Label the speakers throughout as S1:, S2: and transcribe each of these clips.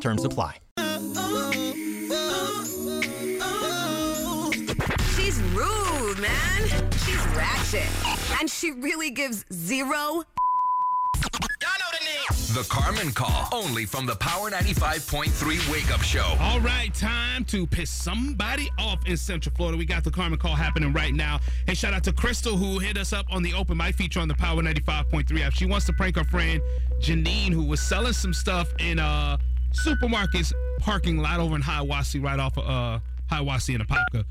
S1: Terms apply.
S2: She's rude, man. She's ratchet. And she really gives zero.
S3: The Carmen Call, only from the Power 95.3 Wake Up Show.
S4: All right, time to piss somebody off in Central Florida. We got the Carmen Call happening right now. Hey, shout out to Crystal who hit us up on the open mic feature on the Power 95.3 app. She wants to prank her friend Janine who was selling some stuff in a supermarket's parking lot over in Hiawassee right off of uh, Hiawassee and Apopka.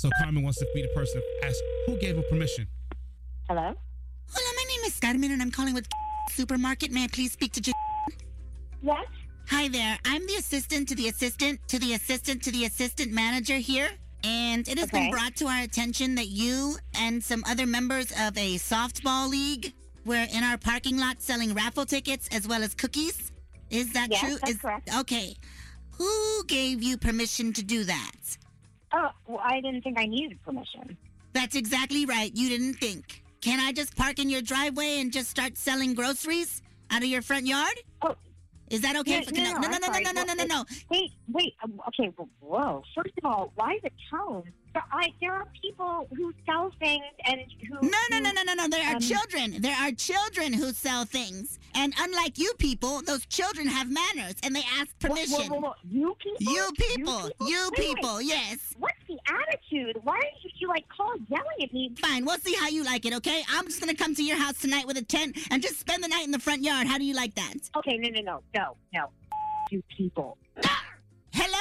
S4: So Carmen wants to be the person to ask who gave her permission.
S5: Hello?
S6: Hello, my name is Carmen, and I'm calling with supermarket. May I please speak to? J-
S5: Yes?
S6: Hi there. I'm the assistant to the assistant to the assistant to the assistant manager here, and it has
S5: Okay.
S6: been brought to our attention that you and some other members of a softball league were in our parking lot selling raffle tickets as well as cookies. Is that
S5: Yes,
S6: true?
S5: that's
S6: is,
S5: correct.
S6: Okay. Who gave you permission to do that?
S5: Oh, well, I didn't think I needed permission.
S6: That's exactly right. You didn't think. Can I just park in your driveway and just start selling groceries out of your front yard?
S5: Oh.
S6: Is that okay?
S5: No,
S6: if- can
S5: no, no,
S6: I- no,
S5: I'm
S6: no, no,
S5: sorry.
S6: no, no, no, no, no.
S5: Wait, wait. um, Okay, well, whoa. First of all, why the tone? There, I, there are people who sell things and who.
S6: No, no, no, no, no, no. There are
S5: Um,
S6: children. There are children who sell things. And unlike you people, those children have manners and they ask
S5: Whoa, whoa,
S6: permission.
S5: whoa, whoa. You people?
S6: You people, you
S5: Wait, wait.
S6: people, yes.
S5: What's the attitude? Why are you, you like call yelling at me?
S6: Fine, we'll see how you like it, okay? I'm just gonna come to your house tonight with a tent and just spend the night in the front yard. How do you like that?
S5: Okay, no, no, no, no, no. You people.
S6: Hello?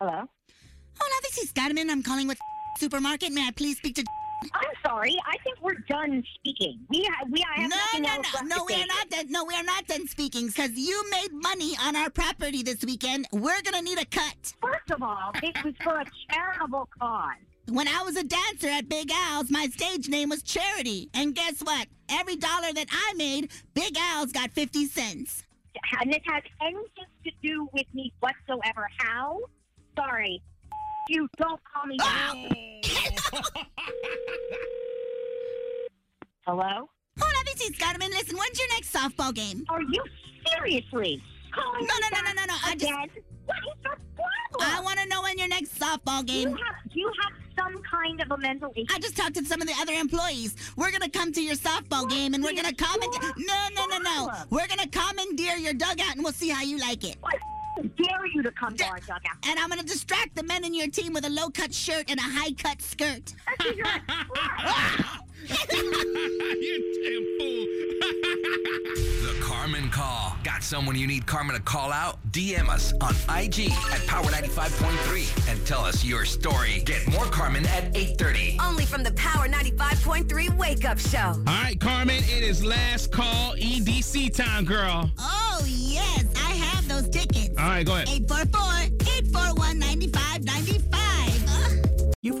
S5: Hello?
S6: Hola, this is Carmen. I'm calling with supermarket. May I please speak to
S5: I'm sorry. I think we're done speaking. We ha- we I have
S6: no,
S5: nothing
S6: no,
S5: else
S6: no,
S5: left
S6: no.
S5: to
S6: We
S5: say.
S6: are not done. No, we are not done speaking because you made money on our property this weekend. We're gonna need a cut.
S5: First of all, this was for a charitable cause.
S6: When I was a dancer at Big Al's, my stage name was Charity, and guess what? Every dollar that I made, Big Al's got fifty cents.
S5: and this has anything to do with me whatsoever. How? Sorry. You don't call me
S6: Ah!
S5: that. Hello?
S6: Hola, this is Carmen. Listen, when's your next softball game?
S5: Are you seriously calling
S6: No,
S5: me
S6: no, no,
S5: that
S6: no, no, no, I just-
S5: again? What is the problem?
S6: I want to know when your next softball
S5: you
S6: game.
S5: have you have some kind of a mental issue.
S6: I just talked to some of the other employees. We're gonna come to your softball game and we're gonna comment. No, no, no, no. We're gonna commandeer your dugout and we'll see how you like it.
S5: I dare you to come to our dugout.
S6: And I'm gonna distract the men in your team with a low cut shirt and a high cut skirt.
S5: That's your
S4: you damn fool.
S3: The Carmen Call. Got someone you need Carmen to call out? DM us on IG at Power 95.3 and tell us your story. Get more Carmen at 8.30.
S2: Only from the Power 95.3 Wake Up Show.
S4: All right, Carmen, it is last call EDC time, girl.
S6: Oh, yes, I have those tickets.
S4: All right, go ahead.
S6: 844-841-9595.
S1: You've